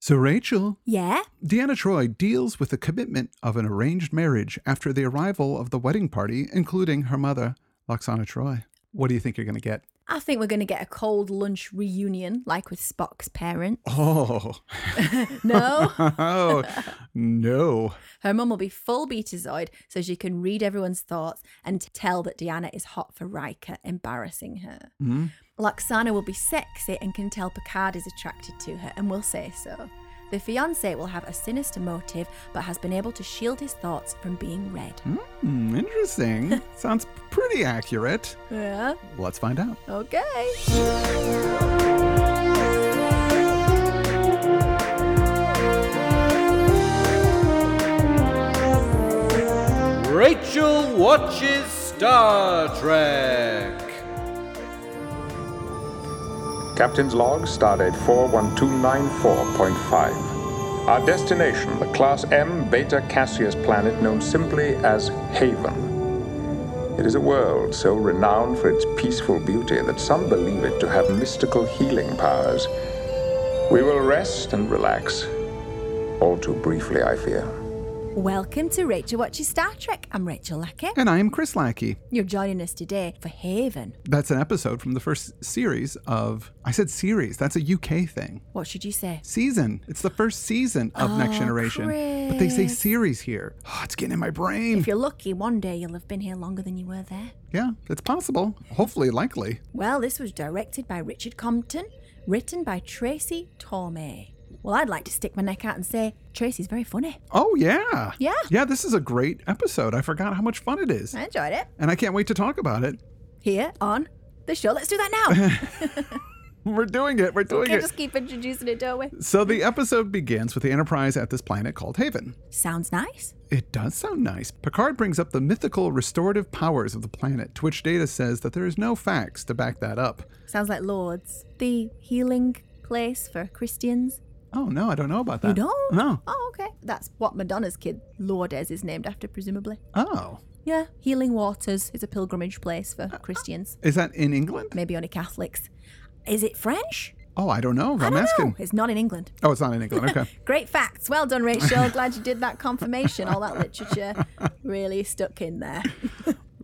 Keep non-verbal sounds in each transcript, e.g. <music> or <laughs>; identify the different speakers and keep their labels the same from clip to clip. Speaker 1: So, Rachel,
Speaker 2: Yeah?
Speaker 1: Deanna Troy deals with the commitment of an arranged marriage after the arrival of the wedding party, including her mother, Loxana Troy. What do you think you're going to get?
Speaker 2: I think we're going to get a cold lunch reunion like with Spock's parent.
Speaker 1: Oh,
Speaker 2: No?
Speaker 1: oh no.
Speaker 2: Her mum will be full betazoid so she can read everyone's thoughts and tell that Deanna is hot for Riker, embarrassing her. Loxana will be sexy and can tell Picard is attracted to her and will say so. The fiance will have a sinister motive but has been able to shield his thoughts from being read.
Speaker 1: Hmm, interesting. Sounds pretty accurate.
Speaker 2: Yeah,
Speaker 1: Let's find out.
Speaker 2: okay.
Speaker 3: Rachel watches Star Trek.
Speaker 4: Captain's log, stardate 41294.5. Our destination, the Class M Beta Cassius planet known simply as Haven. It is a world so renowned for its peaceful beauty that some believe it to have mystical healing powers. We will rest and relax. All too briefly, I fear.
Speaker 2: Welcome to Rachel Watches Star Trek. I'm Rachel Lackett.
Speaker 1: And I am Chris Lackey.
Speaker 2: You're joining us today for Haven.
Speaker 1: That's an episode from the first series of. I said series, that's a UK thing.
Speaker 2: What should you say?
Speaker 1: Season. It's the first season of Next
Speaker 2: Oh,
Speaker 1: Generation. But they say
Speaker 2: Chris.
Speaker 1: series here. Oh, it's getting in my brain.
Speaker 2: If you're lucky, one day you'll have been here longer than you were there.
Speaker 1: Yeah, it's possible. Hopefully, likely.
Speaker 2: Well, this was directed by Richard Compton, written by Tracy Torme. Well, I'd like to stick my neck out and say Tracy's very funny.
Speaker 1: Oh, yeah.
Speaker 2: Yeah.
Speaker 1: Yeah, this is a great episode. I forgot how much fun it is.
Speaker 2: I enjoyed it.
Speaker 1: And I can't wait to talk about it.
Speaker 2: Here on the show. Let's do that now.
Speaker 1: We're doing it. We're doing
Speaker 2: Can't
Speaker 1: it.
Speaker 2: just keep introducing it, don't we?
Speaker 1: So the episode begins with the Enterprise at this planet called Haven.
Speaker 2: Sounds nice.
Speaker 1: It does sound nice. Picard brings up the mythical restorative powers of the planet, to which Data says that there is no facts to back that up.
Speaker 2: Sounds like Lord's, the healing place for Christians.
Speaker 1: Oh, no, I don't know about that.
Speaker 2: You don't?
Speaker 1: No.
Speaker 2: Oh, okay. That's what Madonna's kid Lourdes is named after, presumably.
Speaker 1: Oh.
Speaker 2: Yeah, Healing Waters is a pilgrimage place for Christians,
Speaker 1: Is that in England?
Speaker 2: maybe only Catholics. Is it French?
Speaker 1: Oh, I don't know. I'm
Speaker 2: I don't
Speaker 1: asking.
Speaker 2: know. It's not in England.
Speaker 1: Oh, it's not in
Speaker 2: <laughs>
Speaker 1: England. Okay.
Speaker 2: Great facts. Well done,
Speaker 1: <laughs>
Speaker 2: Rachel. Glad you did that confirmation. All that literature really stuck in there.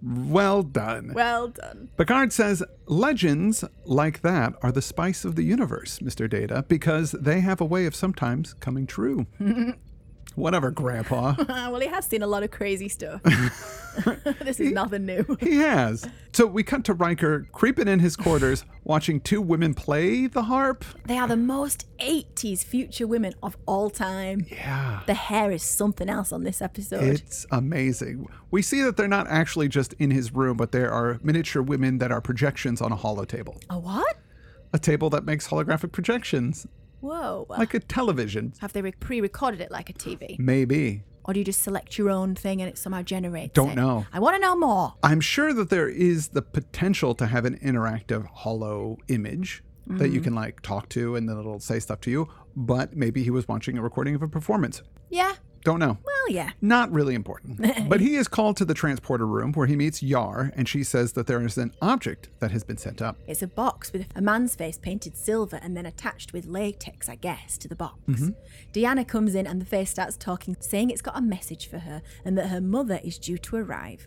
Speaker 1: well done.
Speaker 2: Well done.
Speaker 1: Picard says legends like that are the spice of the universe, Mr. Data, because they have a way of sometimes coming true. <laughs> Whatever, Grandpa.
Speaker 2: Ah, well, he has seen a lot of crazy stuff. <laughs> this is nothing new.
Speaker 1: He has. So we cut to Riker creeping in his quarters, watching two women play the harp.
Speaker 2: They are the most 80s future women of all time.
Speaker 1: Yeah.
Speaker 2: The hair is something else on this episode.
Speaker 1: It's amazing. We see that they're not actually just in his room, but there are miniature women that are projections on a hollow table.
Speaker 2: a what?
Speaker 1: A table that makes holographic projections,
Speaker 2: Whoa.
Speaker 1: like a television.
Speaker 2: have they re- pre-recorded it like a TV?
Speaker 1: Maybe.
Speaker 2: Or do you just select your own thing and it somehow generates
Speaker 1: Don't
Speaker 2: it?
Speaker 1: know.
Speaker 2: I want to know more.
Speaker 1: I'm sure that there is the potential to have an interactive hollow image that you can like talk to and then it'll say stuff to you, but maybe he was watching a recording of a performance.
Speaker 2: Yeah.
Speaker 1: Don't know.
Speaker 2: Well, yeah.
Speaker 1: Not really important. but he is called to the transporter room where he meets Yar and she says that there is an object that has been sent up.
Speaker 2: It's a box with a man's face painted silver and then attached with latex, I guess, to the box. Deanna comes in and the face starts talking, saying it's got a message for her and that her mother is due to arrive.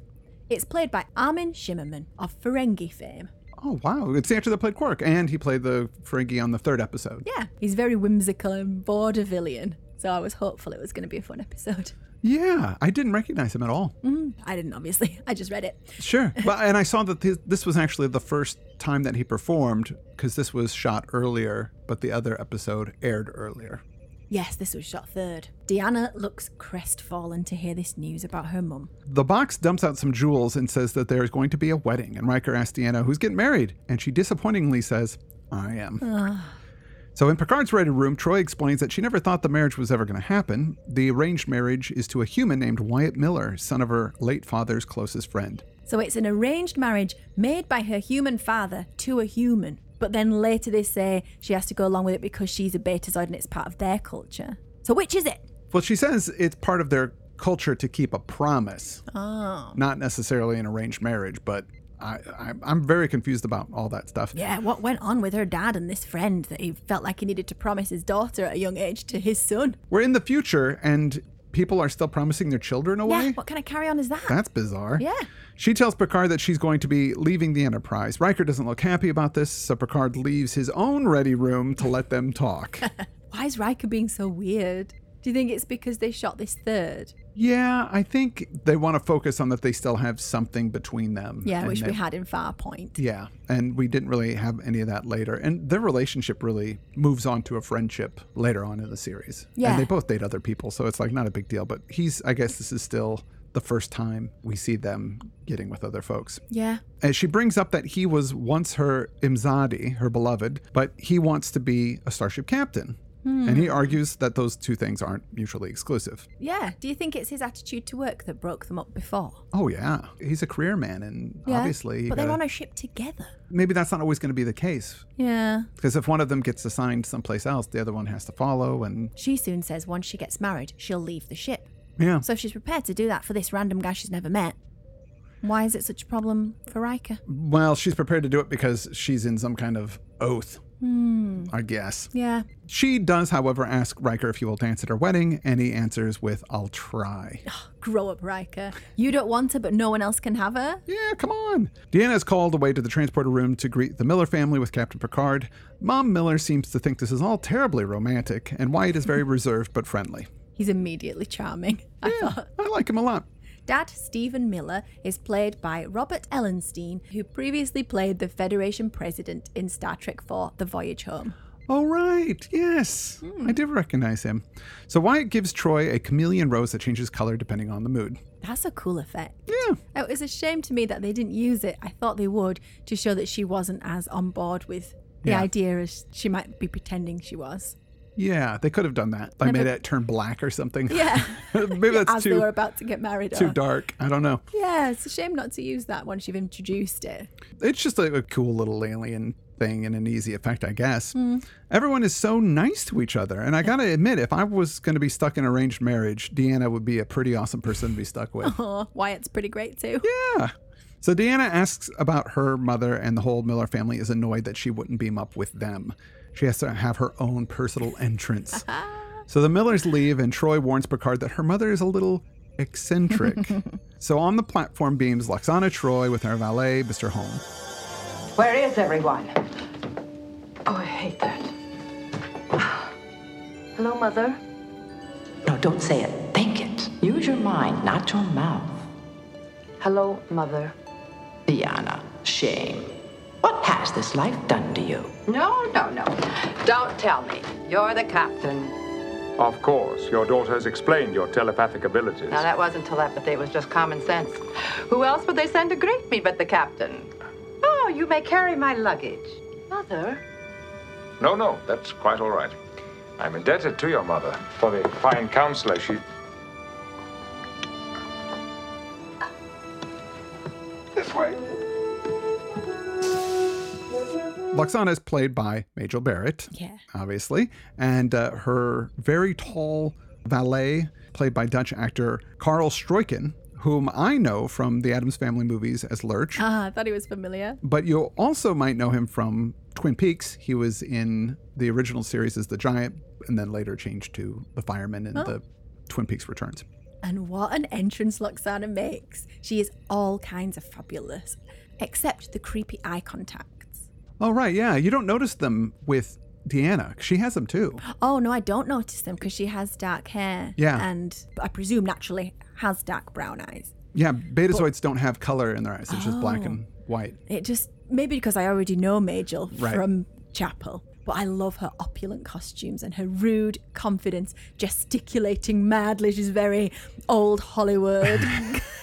Speaker 2: It's played by Armin Shimmerman of Ferengi fame.
Speaker 1: Oh, wow. It's the actor that played Quark and he played the Ferengi on the third episode.
Speaker 2: Yeah, he's very whimsical and vaudevillian, so I was hopeful it was going to be a fun episode. <laughs>
Speaker 1: Yeah, I didn't recognize him at all.
Speaker 2: I didn't, obviously. I just read it.
Speaker 1: Sure. But, and I saw that this, this was actually the first time that he performed because this was shot earlier, but the other episode aired earlier.
Speaker 2: Yes, this was shot third. Deanna looks crestfallen to hear this news about her mum.
Speaker 1: The box dumps out some jewels and says that there's going to be a wedding. And Riker asks Deanna who's getting married. And she disappointingly says, I am. So in Picard's writing room, Troy explains that she never thought the marriage was ever going to happen. The arranged marriage is to a human named Wyatt Miller, son of her late father's closest friend.
Speaker 2: So it's an arranged marriage made by her human father to a human. But then later they say she has to go along with it because she's a betazoid and it's part of their culture. So which is it?
Speaker 1: Well, she says it's part of their culture to keep a promise,
Speaker 2: Oh.
Speaker 1: not necessarily an arranged marriage, but I, I, I'm very confused about all that stuff.
Speaker 2: Yeah, what went on with her dad and this friend that he felt like he needed to promise his daughter at a young age to his son?
Speaker 1: We're in the future and people are still promising their children away?
Speaker 2: Yeah, what kind of carry on is that?
Speaker 1: That's bizarre.
Speaker 2: Yeah.
Speaker 1: She tells Picard that she's going to be leaving the Enterprise. Riker doesn't look happy about this, so Picard leaves his own ready room to let them
Speaker 2: <laughs>
Speaker 1: talk.
Speaker 2: Why is Riker being so weird? Do you think it's because they shot this third?
Speaker 1: yeah, I think they want to focus on that they still have something between them.
Speaker 2: Yeah,
Speaker 1: and
Speaker 2: which we
Speaker 1: that-
Speaker 2: had in Farpoint.
Speaker 1: Yeah, and we didn't really have any of that later. And their relationship really moves on to a friendship later on in the series.
Speaker 2: Yeah.
Speaker 1: And they both date other people, so it's like not a big deal. But he's, I guess this is still the first time we see them getting with other folks.
Speaker 2: Yeah.
Speaker 1: And she brings up that he was once her Imzadi, her beloved, but he wants to be a starship captain. And
Speaker 2: Hmm.
Speaker 1: he argues that those two things aren't mutually exclusive.
Speaker 2: Yeah. Do you think it's his attitude to work that broke them up before?
Speaker 1: Oh, yeah. He's a career man, and
Speaker 2: Yeah.
Speaker 1: obviously, you
Speaker 2: But they're
Speaker 1: gotta-
Speaker 2: on a ship together.
Speaker 1: maybe that's not always going to be the case.
Speaker 2: Yeah.
Speaker 1: Because if one of them gets assigned someplace else, the other one has to follow. And
Speaker 2: She soon says once she gets married, she'll leave the ship.
Speaker 1: yeah,
Speaker 2: So if she's prepared to do that for this random guy she's never met, why is it such a problem for Riker?
Speaker 1: well, she's prepared to do it because she's in some kind of oath,
Speaker 2: Hmm.
Speaker 1: I guess.
Speaker 2: Yeah.
Speaker 1: She does, however, ask Riker if he will dance at her wedding, and he answers with, I'll
Speaker 2: <gasps>
Speaker 1: try.
Speaker 2: Grow up, Riker. You don't want her, but no one else can have her.
Speaker 1: Yeah, come on. Deanna is called away to the transporter room to greet the Miller family with Captain Picard. Mom Miller seems to think this is all terribly romantic, and Wyatt is
Speaker 2: <laughs>
Speaker 1: very reserved but friendly.
Speaker 2: He's immediately charming. I thought.
Speaker 1: I like him a lot.
Speaker 2: Dad Stephen Miller is played by Robert Ellenstein, who previously played the Federation president in Star Trek IV The Voyage Home.
Speaker 1: Oh, right. Yes.
Speaker 2: Hmm.
Speaker 1: I did recognize him. So Wyatt gives Troy a chameleon rose that changes color depending on the mood.
Speaker 2: That's a cool effect.
Speaker 1: Yeah.
Speaker 2: It was a shame to me that they didn't use it. I thought they would to show that she wasn't as on board with the
Speaker 1: Yeah.
Speaker 2: idea as she might be pretending
Speaker 1: <laughs>
Speaker 2: she was.
Speaker 1: Yeah, they could have done that. They made it turn black or something.
Speaker 2: Yeah.
Speaker 1: <laughs>
Speaker 2: <laughs>
Speaker 1: Maybe that's
Speaker 2: as they were
Speaker 1: too,
Speaker 2: about to get married.
Speaker 1: too
Speaker 2: or-
Speaker 1: dark. I don't know.
Speaker 2: Yeah, it's a shame not to use that once you've introduced it.
Speaker 1: it's just like a cool little alien thing and an easy effect, I guess.
Speaker 2: Hmm.
Speaker 1: Everyone is so nice to each other. And I got to admit, if I was going to be stuck in arranged marriage, Deanna would be a pretty awesome person to be stuck with.
Speaker 2: Oh, Wyatt's pretty great too.
Speaker 1: yeah. So Deanna asks about her mother, and the whole Miller family is annoyed that she wouldn't beam up with them. She has to have her own personal entrance. so the Millers leave, and Troy warns Picard that her mother is a little eccentric. so on the platform beams Loxana Troy with her valet, Mr. Holm.
Speaker 5: Where is everyone? Oh, I hate that.
Speaker 6: <sighs> Hello, Mother.
Speaker 5: No, don't say it. Think it. Use your mind, not your mouth.
Speaker 6: Hello, Mother.
Speaker 5: Diana, shame. What has this life done to you?
Speaker 6: No, no, no. Don't tell me. You're the captain.
Speaker 4: Of course, your daughter has explained your telepathic abilities.
Speaker 6: Now, that wasn't telepathy, it was just common sense. Who else would they send to greet me but the captain? Oh, you may carry my luggage. Mother?
Speaker 4: No, no, that's quite all right. I'm indebted to your mother for the fine counselor she. This way.
Speaker 1: Loxana is played by Majel Barrett,
Speaker 2: Yeah.
Speaker 1: obviously, and uh, her very tall valet, played by Dutch actor Carl Stroiken, whom I know from the Adams Family movies as Lurch,
Speaker 2: Ah, I thought he was familiar.
Speaker 1: but you also might know him from Twin Peaks. He was in the original series as the Giant, and then later changed to the Fireman in the Twin Peaks Returns.
Speaker 2: And what an entrance Loxana makes. She is all kinds of fabulous, except the creepy eye contacts.
Speaker 1: Oh right, yeah, you don't notice them with Deanna. She has them too.
Speaker 2: Oh, no, I don't notice them because she has dark hair.
Speaker 1: Yeah.
Speaker 2: And I presume naturally has dark brown eyes.
Speaker 1: Yeah, Betazoids don't have color in their eyes; it's just black and white.
Speaker 2: It just, maybe because I already know Majel
Speaker 1: Right.
Speaker 2: from Chapel. But I love her opulent costumes and her rude confidence, gesticulating madly. She's very old
Speaker 1: <laughs>
Speaker 2: Hollywood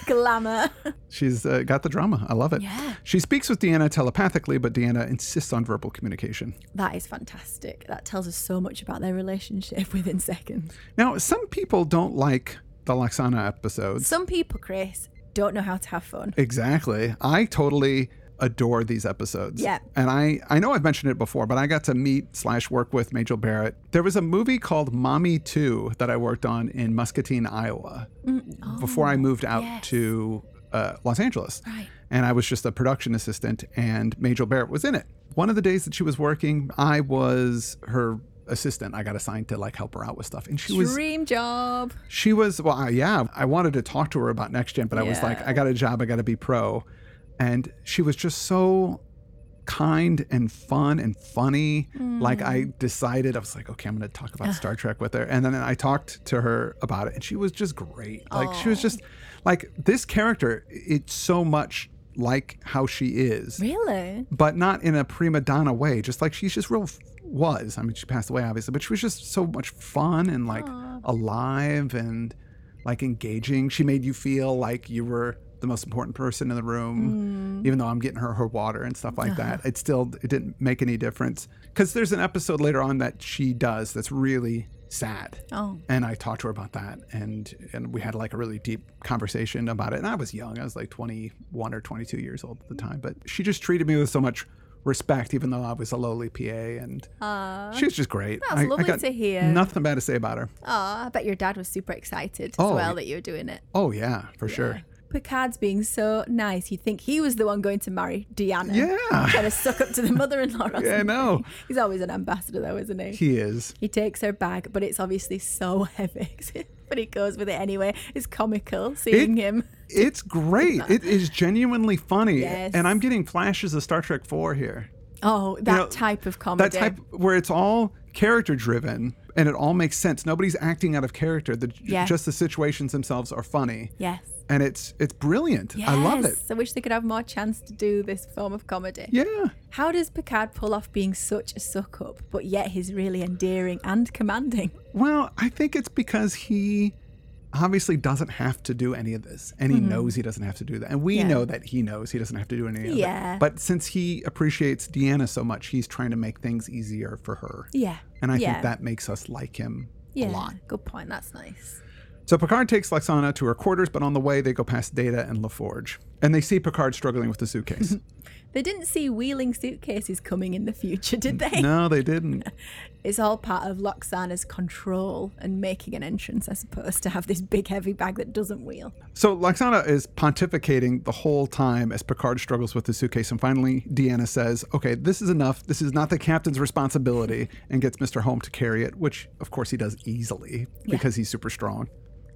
Speaker 2: glamour.
Speaker 1: She's uh, got the drama. I love it.
Speaker 2: Yeah.
Speaker 1: She speaks with Deanna telepathically, but Deanna insists on verbal communication.
Speaker 2: That is fantastic. That tells us so much about their relationship <laughs> within seconds.
Speaker 1: Now, some people don't like the Laxana episodes.
Speaker 2: Some people, Chris, don't know how to have fun.
Speaker 1: exactly. I totally adore these episodes.
Speaker 2: Yeah.
Speaker 1: And I, I know I've mentioned it before, but I got to meet slash work with Majel Barrett. There was a movie called Mommy
Speaker 2: Mm,
Speaker 1: 2 that I worked on in Muscatine, Iowa before I moved out to uh, Los Angeles.
Speaker 2: oh, Right.
Speaker 1: And I was just a production assistant, and Majel Barrett was in it. One of the days that she was working, I was her assistant. I got assigned to like help her out with stuff, and she was
Speaker 2: Dream job.
Speaker 1: she was well, I, yeah. I wanted to talk to her about next gen, but I was
Speaker 2: Yeah.
Speaker 1: like, I got a job, I got to be pro, and she was just so kind and fun and funny. Like I decided, I was like, okay, I'm going to talk about Star Trek with her, and then I talked to her about it, and she was just great. Like she was just like this character. It's so much like how she is
Speaker 2: Really?
Speaker 1: but not in a prima donna way. Just like she's just real f- was. I mean, she passed away obviously, but she was just so much fun and like alive and like engaging. She made you feel like you were the most important person in the room, even though I'm getting her her water and stuff like that. It still it didn't make any difference because there's an episode later on that she does that's really sad.
Speaker 2: Oh.
Speaker 1: And I talked to her about that, and and we had like a really deep conversation about it. And I was young; I was like 21 or 22 years old at the time. But she just treated me with so much respect, even though I was a lowly PA, and she was just great.
Speaker 2: That's lovely to hear.
Speaker 1: Nothing bad to say about her.
Speaker 2: Oh, I bet your dad was super excited as
Speaker 1: Oh,
Speaker 2: well
Speaker 1: yeah.
Speaker 2: that you were doing it.
Speaker 1: Oh yeah, for sure.
Speaker 2: Picard's being so nice. You'd think he was the one going to marry Deanna.
Speaker 1: Yeah.
Speaker 2: Trying to suck up
Speaker 1: <laughs>
Speaker 2: to the mother in law.
Speaker 1: Yeah, I know
Speaker 2: He's always an ambassador, though, isn't he?
Speaker 1: he is.
Speaker 2: He takes her bag, but it's obviously so <laughs> heavy. but he goes with it anyway. It's comical seeing
Speaker 1: It-
Speaker 2: him.
Speaker 1: It's great. It is genuinely funny,
Speaker 2: Yes.
Speaker 1: and I'm getting flashes of Star Trek Four here.
Speaker 2: Oh, that
Speaker 1: you know,
Speaker 2: type of comedy.
Speaker 1: that type where it's all character driven and it all makes sense nobody's acting out of character the,
Speaker 2: Yeah.
Speaker 1: just the situations themselves are funny
Speaker 2: Yes.
Speaker 1: and it's it's brilliant i love it
Speaker 2: Yes. I wish they could have more chance to do this form of comedy.
Speaker 1: yeah
Speaker 2: How does Picard pull off being such a suck up, but yet he's really endearing and commanding?
Speaker 1: well i think it's because he obviously doesn't have to do any of this and he knows he doesn't have to do that and we
Speaker 2: Mm-hmm. Yeah.
Speaker 1: know that he knows he doesn't have to do any of it.
Speaker 2: Yeah.
Speaker 1: but since he appreciates deanna so much he's trying to make things easier for her
Speaker 2: Yeah.
Speaker 1: and i
Speaker 2: yeah.
Speaker 1: think that makes us like him
Speaker 2: yeah.
Speaker 1: a lot
Speaker 2: Good point. That's nice.
Speaker 1: So Picard takes Lexana to her quarters, but on the way they go past Data and LaForge. And they see Picard struggling with the suitcase.
Speaker 2: They didn't see wheeling suitcases coming in the future, did they?
Speaker 1: no, they didn't.
Speaker 2: It's all part of Loxana's control and making an entrance, I suppose, to have this big heavy bag that doesn't wheel.
Speaker 1: So Lexana is pontificating the whole time as Picard struggles with the suitcase. And finally, Deanna says, Okay, this is enough. This is not the captain's responsibility, and gets Mr. Home to carry it, which of course he does easily because he's super strong.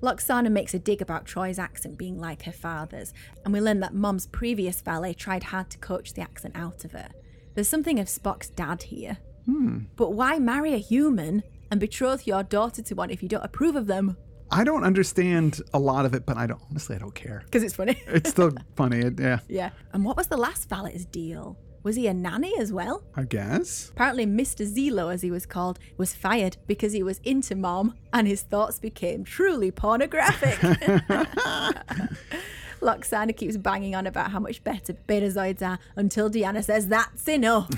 Speaker 2: Loxana makes a dig about Troy's accent being like her father's, and we learn that Mom's previous valet tried hard to coach the accent out of her. There's something of Spock's dad here. Hmm. But why marry a human and betroth your daughter to one if you don't approve of them?
Speaker 1: I don't understand a lot of it, but I don't honestly I don't care.
Speaker 2: Because it's funny. <laughs>
Speaker 1: It's still funny, it- yeah.
Speaker 2: yeah. And what was the last valet's deal? Was he a nanny as well?
Speaker 1: I guess.
Speaker 2: Apparently, Mr. Zelo, as he was called, was fired because he was into mom and his thoughts became truly pornographic. Loxana keeps banging on about how much better betazoids are until Deanna says, That's enough.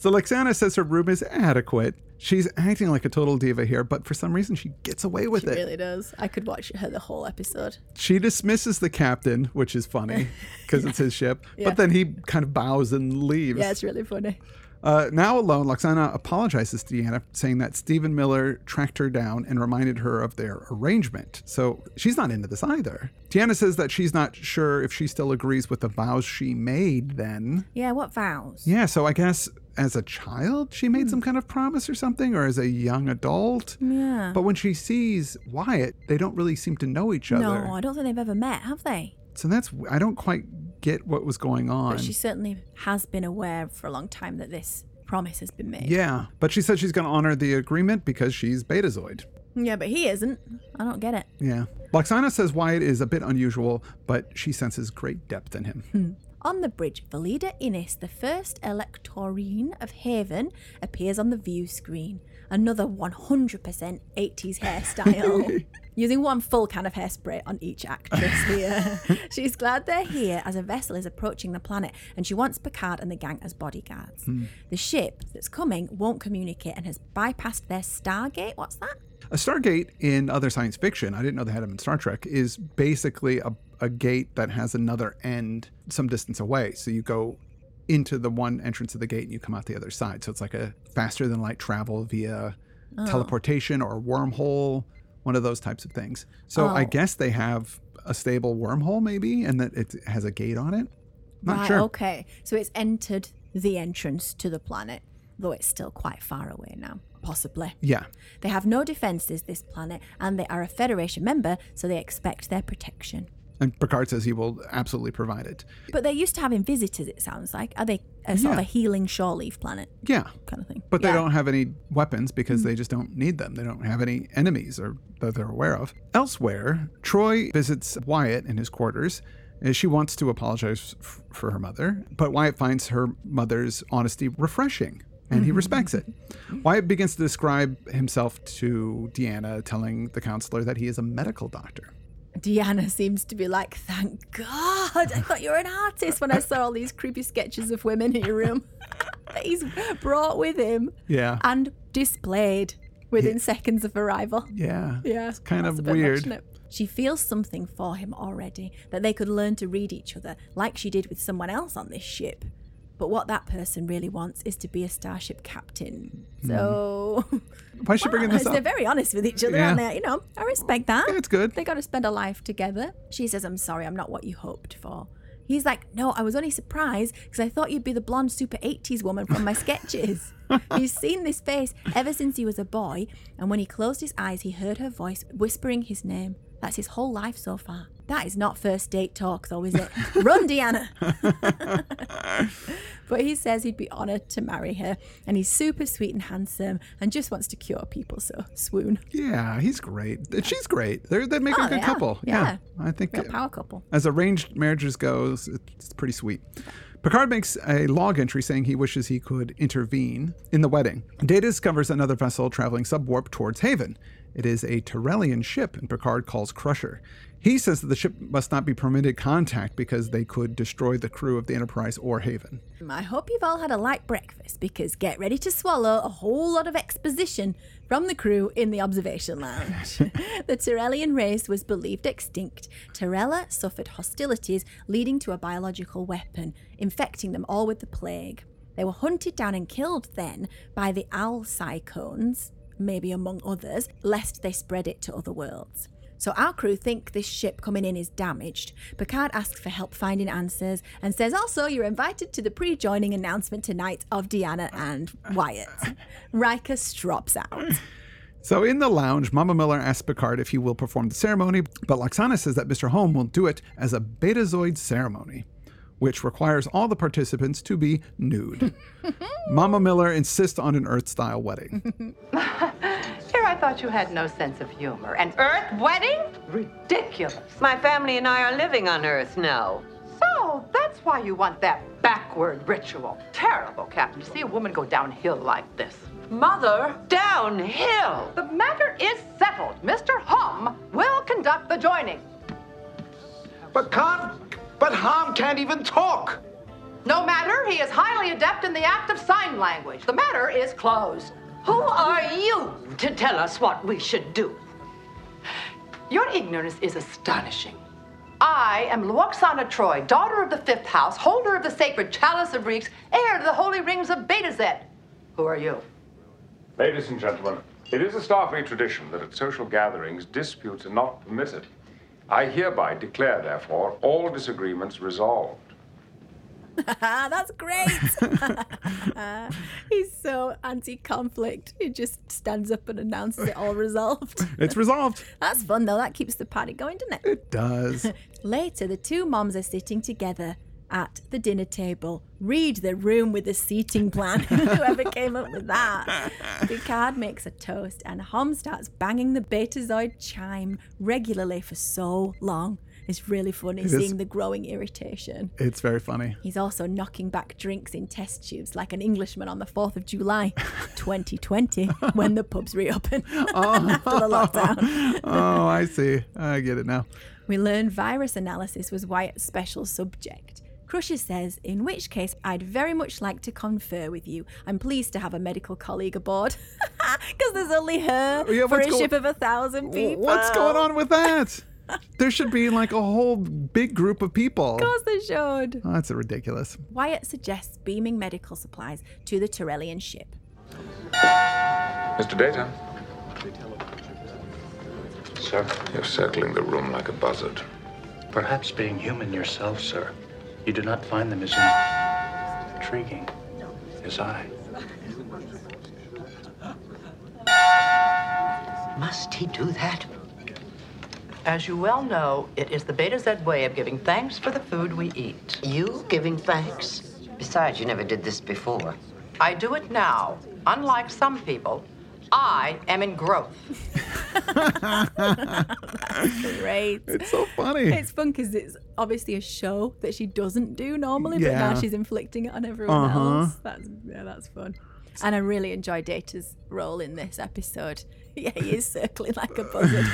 Speaker 1: So Lexana says her room is adequate. She's acting like a total diva here, but for some reason she gets away with
Speaker 2: She
Speaker 1: it.
Speaker 2: really does. I could watch her the whole episode.
Speaker 1: She dismisses the captain, which is
Speaker 2: <laughs>
Speaker 1: funny because it's his ship, but then he kind of bows and leaves.
Speaker 2: Yeah, it's really funny.
Speaker 1: Uh, now alone, Lexana apologizes to Deanna, saying that Stephen Miller tracked her down and reminded her of their arrangement. So she's not into this either. Deanna says that she's not sure if she still agrees with the vows she made then.
Speaker 2: Yeah, what vows?
Speaker 1: Yeah, so I guess as a child, she made
Speaker 2: Hmm.
Speaker 1: some kind of promise or something, or as a young adult.
Speaker 2: Yeah.
Speaker 1: But when she sees Wyatt, they don't really seem to know each other.
Speaker 2: No, I don't think they've ever met, have they?
Speaker 1: So that's, I don't quite get what was going on.
Speaker 2: But she certainly has been aware for a long time that this promise has been made.
Speaker 1: yeah, but she said she's going to honor the agreement because she's Betazoid.
Speaker 2: Yeah, but he isn't. I don't get it.
Speaker 1: Yeah. Loxana says Wyatt is a bit unusual, but she senses great depth in him.
Speaker 2: On the bridge, Valida Innes, the first electorine of Haven, appears on the view screen. Another 100% 80s hairstyle. Using one full can of hairspray on each actress here. She's glad they're here as a vessel is approaching the planet and she wants Picard and the gang as bodyguards. The ship that's coming won't communicate and has bypassed their Stargate. What's that?
Speaker 1: A Stargate in other science fiction, I didn't know they had them in Star Trek, is basically a, a gate that has another end some distance away. So you go into the one entrance of the gate and you come out the other side. So it's like a faster than light travel via teleportation or wormhole. one of those types of things. So I
Speaker 2: Oh.
Speaker 1: guess they have a stable wormhole, maybe, and that it has a gate on it. Not
Speaker 2: right,
Speaker 1: sure.
Speaker 2: okay. So it's entered the entrance to the planet, though it's still quite far away now, possibly.
Speaker 1: Yeah.
Speaker 2: They have no defenses, this planet, and they are a Federation member, so they expect their protection.
Speaker 1: And Picard says he will absolutely provide it.
Speaker 2: But they're used to having visitors, it sounds like. Are they a sort of
Speaker 1: Yeah.
Speaker 2: a healing shore leaf planet
Speaker 1: Yeah.
Speaker 2: kind of thing?
Speaker 1: But they
Speaker 2: Yeah. Mm.
Speaker 1: don't have any weapons because they just don't need them. They don't have any enemies or that they're aware of. Elsewhere, Troy visits Wyatt in his quarters. and She wants to apologize f- for her mother, but Wyatt finds her mother's honesty refreshing and
Speaker 2: Mm-hmm.
Speaker 1: he respects it. Wyatt begins to describe himself to Deanna, telling the counselor that he is a medical doctor.
Speaker 2: Deanna seems to be like, thank God, I thought you were an artist when I saw all these creepy sketches of women in your room <laughs> that he's brought with him
Speaker 1: Yeah.
Speaker 2: and displayed within seconds of arrival.
Speaker 1: yeah.
Speaker 2: Yeah,
Speaker 1: It's kind of
Speaker 2: that's a bit much,
Speaker 1: weird.
Speaker 2: isn't it? She feels something for him already, that they could learn to read each other like she did with someone else on this ship. But what that person really wants is to be a starship captain. So,
Speaker 1: Why is Hmm. she
Speaker 2: <laughs>
Speaker 1: bringing this up?
Speaker 2: Well, they're very honest with each other,
Speaker 1: Yeah.
Speaker 2: aren't they? You know, I respect that.
Speaker 1: Yeah, it's good.
Speaker 2: They got to spend a life together. She says, "I'm sorry, I'm not what you hoped for." He's like, "No, I was only surprised because I thought you'd be the blonde super 80s woman from my <laughs> sketches." He's seen this face ever since he was a boy, and when he closed his eyes, he heard her voice whispering his name. That's his whole life so far. That is not first date talk, though, is <laughs> it? Run, Deanna! But he says he'd be honoured to marry her, and he's super sweet and handsome, and just wants to cure people. So swoon,
Speaker 1: Yeah, he's great. She's great. They're, they make
Speaker 2: Oh,
Speaker 1: a good
Speaker 2: they are.
Speaker 1: couple. Yeah. I think
Speaker 2: real power couple.
Speaker 1: as arranged marriages goes, it's pretty sweet. Picard makes a log entry saying he wishes he could intervene in the wedding. Data discovers another vessel traveling subwarp towards Haven. It is a Tyrellian ship, and Picard calls Crusher. He says that the ship must not be permitted contact because they could destroy the crew of the Enterprise or Haven.
Speaker 2: Hmm, I hope you've all had a light breakfast because get ready to swallow a whole lot of exposition from the crew in the observation lounge. the Tyrellian race was believed extinct. Tyrella suffered hostilities leading to a biological weapon, infecting them all with the plague. They were hunted down and killed then by the Owl Psychones, maybe among others, lest they spread it to other worlds. So our crew think this ship coming in is damaged. Picard asks for help finding answers and says also you're invited to the pre-joining announcement tonight of Deanna and Wyatt. Riker strops out.
Speaker 1: So in the lounge, Mama Miller asks Picard if he will perform the ceremony, but Loxana says that Mr. Holm will do it as a betazoid ceremony, which requires all the participants to be
Speaker 2: <laughs>
Speaker 1: nude. Mama Miller insists on an Earth style wedding.
Speaker 6: Here I thought you had no sense of humor. An Earth wedding? Ridiculous.
Speaker 7: My family and I are living on Earth now.
Speaker 6: So that's why you want that backward ritual. Terrible, Captain, to see a woman go downhill like this.
Speaker 7: Mother, downhill!
Speaker 6: The matter is settled. Mr. Hum will conduct the joining.
Speaker 8: But can't. But Harm can't even talk.
Speaker 6: No matter, he is highly adept in the act of sign language. The matter is closed.
Speaker 7: Who are you to tell us what we should do?
Speaker 6: Your ignorance is astonishing. I am Luoxana Troy, daughter of the fifth house, holder of the sacred chalice of reeks, heir to the holy rings of Beta Zed. Who are you?
Speaker 4: Ladies and gentlemen, it is a Starfleet tradition that at social gatherings, disputes are not permitted. I hereby declare, therefore, all disagreements resolved.
Speaker 2: Ah, that's great. He's so anti-conflict. He just stands up and announces it all resolved.
Speaker 1: It's resolved.
Speaker 2: That's fun though. That keeps the party going, doesn't it?
Speaker 1: It does.
Speaker 2: Later, the two moms are sitting together at the dinner table. Read the room with the seating plan. <laughs> Whoever came up with that. Picard makes a toast, and Hom starts banging the Betazoid chime regularly for so long. It's really funny
Speaker 1: is.
Speaker 2: seeing the growing irritation.
Speaker 1: It's very funny.
Speaker 2: He's also knocking back drinks in test tubes like an Englishman on the 4th of July, 2020, when the pubs reopen <laughs> after <laughs> the lockdown.
Speaker 1: <laughs> Oh, I see. I get it now.
Speaker 2: We learn virus analysis was Wyatt's special subject. Crusher says, in which case I'd very much like to confer with you. I'm pleased to have a medical colleague aboard. <laughs> Because there's only her
Speaker 1: Uh, Yeah,
Speaker 2: for a
Speaker 1: what's go-
Speaker 2: ship of a thousand
Speaker 1: W-
Speaker 2: people.
Speaker 1: What's going on with that? There should be like a whole big group of people.
Speaker 2: Of course they should.
Speaker 1: Oh, that's ridiculous.
Speaker 2: Wyatt suggests beaming medical supplies to the Tyrellian ship.
Speaker 4: Mr. Data,
Speaker 9: sir.
Speaker 4: You're circling the room like a buzzard.
Speaker 9: Perhaps being human yourself, sir, you do not find them as in- intriguing as I.
Speaker 5: Must he do that?
Speaker 6: As you well know, it is the Beta Z way of giving thanks for the food we eat.
Speaker 5: You giving thanks? Besides, you never did this before.
Speaker 6: I do it now. Unlike some people, I am in growth.
Speaker 2: Great.
Speaker 1: It's so funny.
Speaker 2: It's fun because it's obviously a show that she doesn't do normally, but
Speaker 1: Yeah.
Speaker 2: now she's inflicting it on everyone
Speaker 1: Uh-huh.
Speaker 2: else. That's yeah, that's fun. And I really enjoy Data's role in this episode. <laughs> Yeah, he is circling like a
Speaker 1: <laughs>
Speaker 2: buzzard,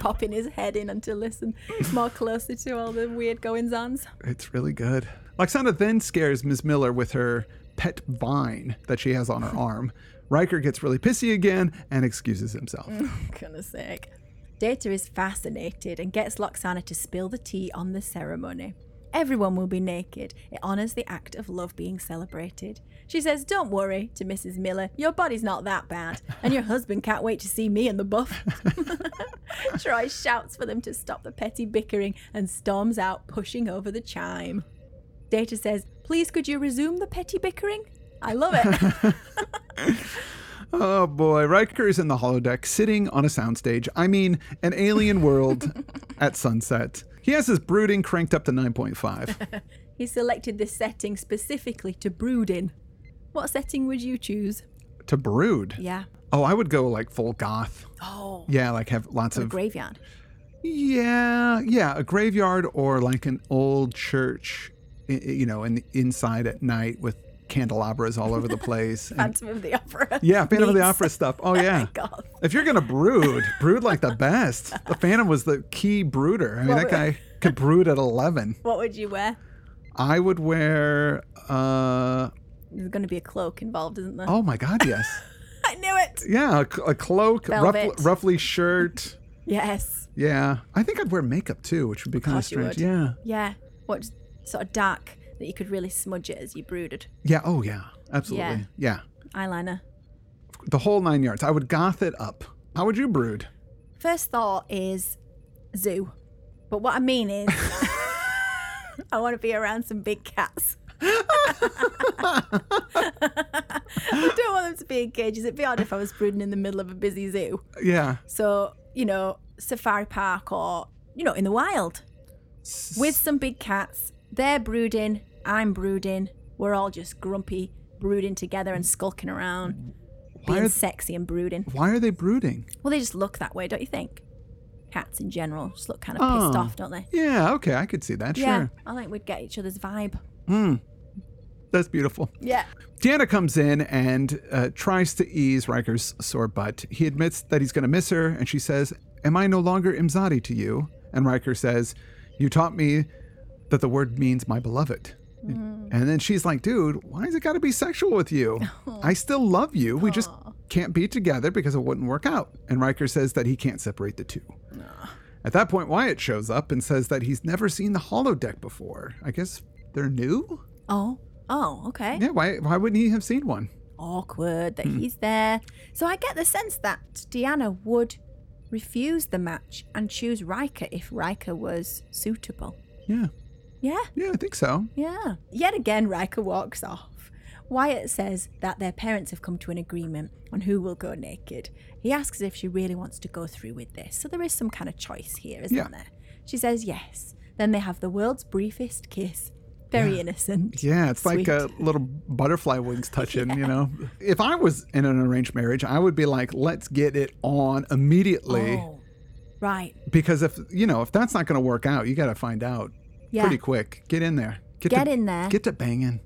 Speaker 2: popping his head in and to listen more closely to all the weird goings ons.
Speaker 1: It's really good. Loxana then scares Ms. Miller with her pet vine that she has on
Speaker 2: <laughs>
Speaker 1: her arm. Riker gets really pissy again and excuses himself.
Speaker 2: Mm. Goodness sake. Data is fascinated and gets Loxana to spill the tea on the ceremony. Everyone will be naked. It honours the act of love being celebrated. She says, Don't worry to Mrs. Miller, your body's not that bad, and your husband can't wait to see me in the buff. <laughs> Troy shouts for them to stop the petty bickering and storms out, pushing over the chime. Data says, Please could you resume the petty bickering? I love it.
Speaker 1: Oh boy, Riker is in the holodeck sitting on a soundstage. I mean, an alien
Speaker 2: <laughs>
Speaker 1: world at sunset. He has his brooding cranked up to
Speaker 2: <laughs>
Speaker 1: 9.5.
Speaker 2: He selected this setting specifically to brood in. What setting would you choose?
Speaker 1: to brood.
Speaker 2: Yeah.
Speaker 1: Oh, I would go like full goth.
Speaker 2: Oh,
Speaker 1: Yeah, like have lots
Speaker 2: a
Speaker 1: of.
Speaker 2: graveyard.
Speaker 1: Yeah, yeah, a graveyard or like an old church, i- i- you know, in the inside at night with candelabras all over the place. and-
Speaker 2: <laughs> Phantom of the Opera.
Speaker 1: yeah, Phantom of the
Speaker 2: meets
Speaker 1: Opera stuff.
Speaker 2: <laughs>
Speaker 1: Oh yeah.
Speaker 2: Goth.
Speaker 1: If you're gonna brood, brood like the best. The Phantom was the key brooder. I mean, that
Speaker 2: <laughs>
Speaker 1: guy could brood at eleven.
Speaker 2: What would you wear?
Speaker 1: I would wear. uh
Speaker 2: There's going to be a cloak involved, isn't there?
Speaker 1: Oh my God, yes.
Speaker 2: I knew it.
Speaker 1: Yeah, a, cl- a cloak, ruffly,
Speaker 2: Velvet.
Speaker 1: ruffly shirt.
Speaker 2: Yes.
Speaker 1: Yeah, I think I'd wear makeup too, which would be kind of
Speaker 2: course you
Speaker 1: strange.
Speaker 2: would.
Speaker 1: Yeah,
Speaker 2: Yeah. What sort of dark that you could really smudge it as you brooded?
Speaker 1: yeah. Oh yeah, absolutely. yeah.
Speaker 2: Eyeliner.
Speaker 1: the whole nine yards. I would goth it up. How would you brood?
Speaker 2: First thought is zoo. But what I mean is, <laughs> I want to be around some big cats. <laughs> I don't want them to be in cages. It'd be odd if I was brooding in the middle of a busy zoo.
Speaker 1: Yeah.
Speaker 2: So, you know, safari park or, you know, in the wild with some big cats. They're brooding. I'm brooding. We're all just grumpy, brooding together and skulking around,
Speaker 1: Why
Speaker 2: being
Speaker 1: are,
Speaker 2: sexy and brooding.
Speaker 1: why are they brooding?
Speaker 2: Well, they just look that way, don't you think? Cats in general just look kind of pissed
Speaker 1: Oh.
Speaker 2: off, don't they?
Speaker 1: Yeah, okay, I could see that.
Speaker 2: Yeah,
Speaker 1: Sure.
Speaker 2: I think we'd get each other's vibe.
Speaker 1: That's beautiful.
Speaker 2: Yeah.
Speaker 1: Deanna comes in and uh, tries to ease Riker's sore butt. He admits that he's going to miss her, and she says, Am I no longer Imzadi to you? And Riker says, You taught me that the word means my beloved. And then she's like, Dude, why's it got to be sexual with you? I still love you. We just can't be together because it wouldn't work out. And Riker says that he can't separate the two. At that point, Wyatt shows up and says that he's never seen the holodeck before. I guess they're new?
Speaker 2: Oh. Oh, okay.
Speaker 1: Yeah, Hmm. why, why wouldn't he have seen one?
Speaker 2: Awkward that he's there. So I get the sense that Deanna would refuse the match and choose Riker if Riker was suitable.
Speaker 1: Yeah.
Speaker 2: Yeah.
Speaker 1: Yeah, I think so.
Speaker 2: Yeah. Yet again, Riker walks off. Wyatt says that their parents have come to an agreement on who will go naked. He asks if she really wants to go through with this. So there is some kind of choice here, isn't
Speaker 1: Yeah.
Speaker 2: there? She says yes. Then they have the world's briefest kiss. Very innocent.
Speaker 1: Yeah, it's like uh,
Speaker 2: Sweet.
Speaker 1: a little butterfly
Speaker 2: <laughs>
Speaker 1: wings touching, you know. If I was in an arranged marriage, I would be like, let's get it on immediately.
Speaker 2: Oh, right.
Speaker 1: Because if, you know, if that's not going to work out, you got to find out
Speaker 2: Yeah.
Speaker 1: pretty quick. Get in there.
Speaker 2: Get
Speaker 1: to-
Speaker 2: in there.
Speaker 1: Get to
Speaker 2: <laughs>
Speaker 1: banging.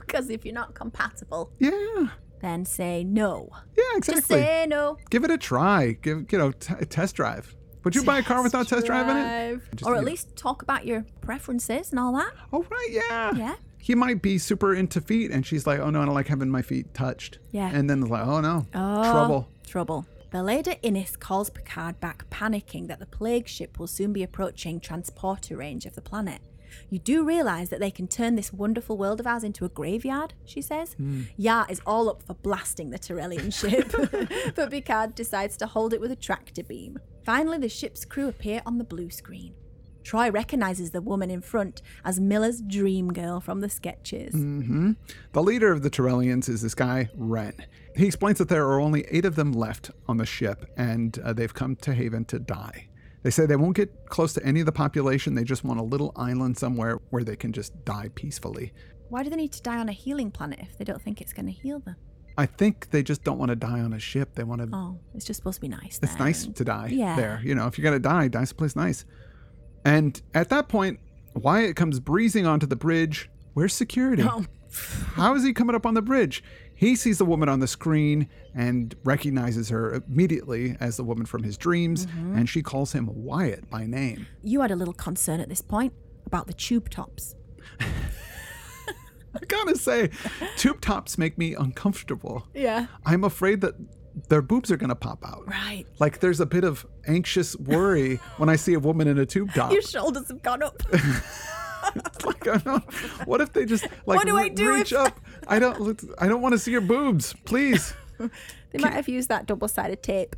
Speaker 2: Because if you're not compatible,
Speaker 1: Yeah.
Speaker 2: then say no.
Speaker 1: Yeah,
Speaker 2: Just
Speaker 1: exactly.
Speaker 2: say no.
Speaker 1: Give it a try. Give, you know, t- a test drive. Would you buy a car without test driving it? Just,
Speaker 2: or
Speaker 1: you
Speaker 2: at
Speaker 1: know.
Speaker 2: least talk about your preferences and all that.
Speaker 1: Oh, right. Yeah.
Speaker 2: Yeah.
Speaker 1: He might be super into feet, and she's like, oh, no, I don't like having my feet touched.
Speaker 2: Yeah.
Speaker 1: And then it's like, oh, no. Trouble.
Speaker 2: Trouble. Beleda Innes calls Picard back, panicking that the plague ship will soon be approaching transporter range of the planet. You do realise that they can turn this wonderful world of ours into a graveyard, she says. Yar is all up for blasting the Tyrellian ship, <laughs> but Picard decides to hold it with a tractor beam. Finally, the ship's crew appear on the blue screen. Troy recognises the woman in front as Miller's dream girl from the sketches.
Speaker 1: The leader of the Tyrellians is this guy, Ren. He explains that there are only eight of them left on the ship, and uh, they've come to Haven to die. They say they won't get close to any of the population. They just want a little island somewhere where they can just die peacefully.
Speaker 2: Why do they need to die on a healing planet if they don't think it's going to heal them?
Speaker 1: I think they just don't want to die on a ship. They want to.
Speaker 2: Oh, it's just supposed to be nice.
Speaker 1: it's
Speaker 2: then.
Speaker 1: nice to die
Speaker 2: Yeah.
Speaker 1: there. You know, if you're going to die, die someplace nice. And at that point, Wyatt comes breezing onto the bridge. Where's security?
Speaker 2: Oh,
Speaker 1: How is he coming up on the bridge? He sees the woman on the screen and recognizes her immediately as the woman from his dreams,
Speaker 2: Mm-hmm.
Speaker 1: and she calls him Wyatt by name.
Speaker 2: you had a little concern at this point about the tube tops.
Speaker 1: I gotta say, tube tops make me uncomfortable.
Speaker 2: Yeah.
Speaker 1: I'm afraid that their boobs are gonna pop out.
Speaker 2: Right.
Speaker 1: Like there's a bit of anxious worry when I see a woman in a tube top.
Speaker 2: Your shoulders have
Speaker 1: <laughs>
Speaker 2: gone up.
Speaker 1: like, I'm not, what if they just like
Speaker 2: What do I
Speaker 1: re-
Speaker 2: do
Speaker 1: reach
Speaker 2: if-
Speaker 1: up? I don't. I don't want to see your boobs,
Speaker 2: <laughs>
Speaker 1: please.
Speaker 2: they might have used that double-sided tape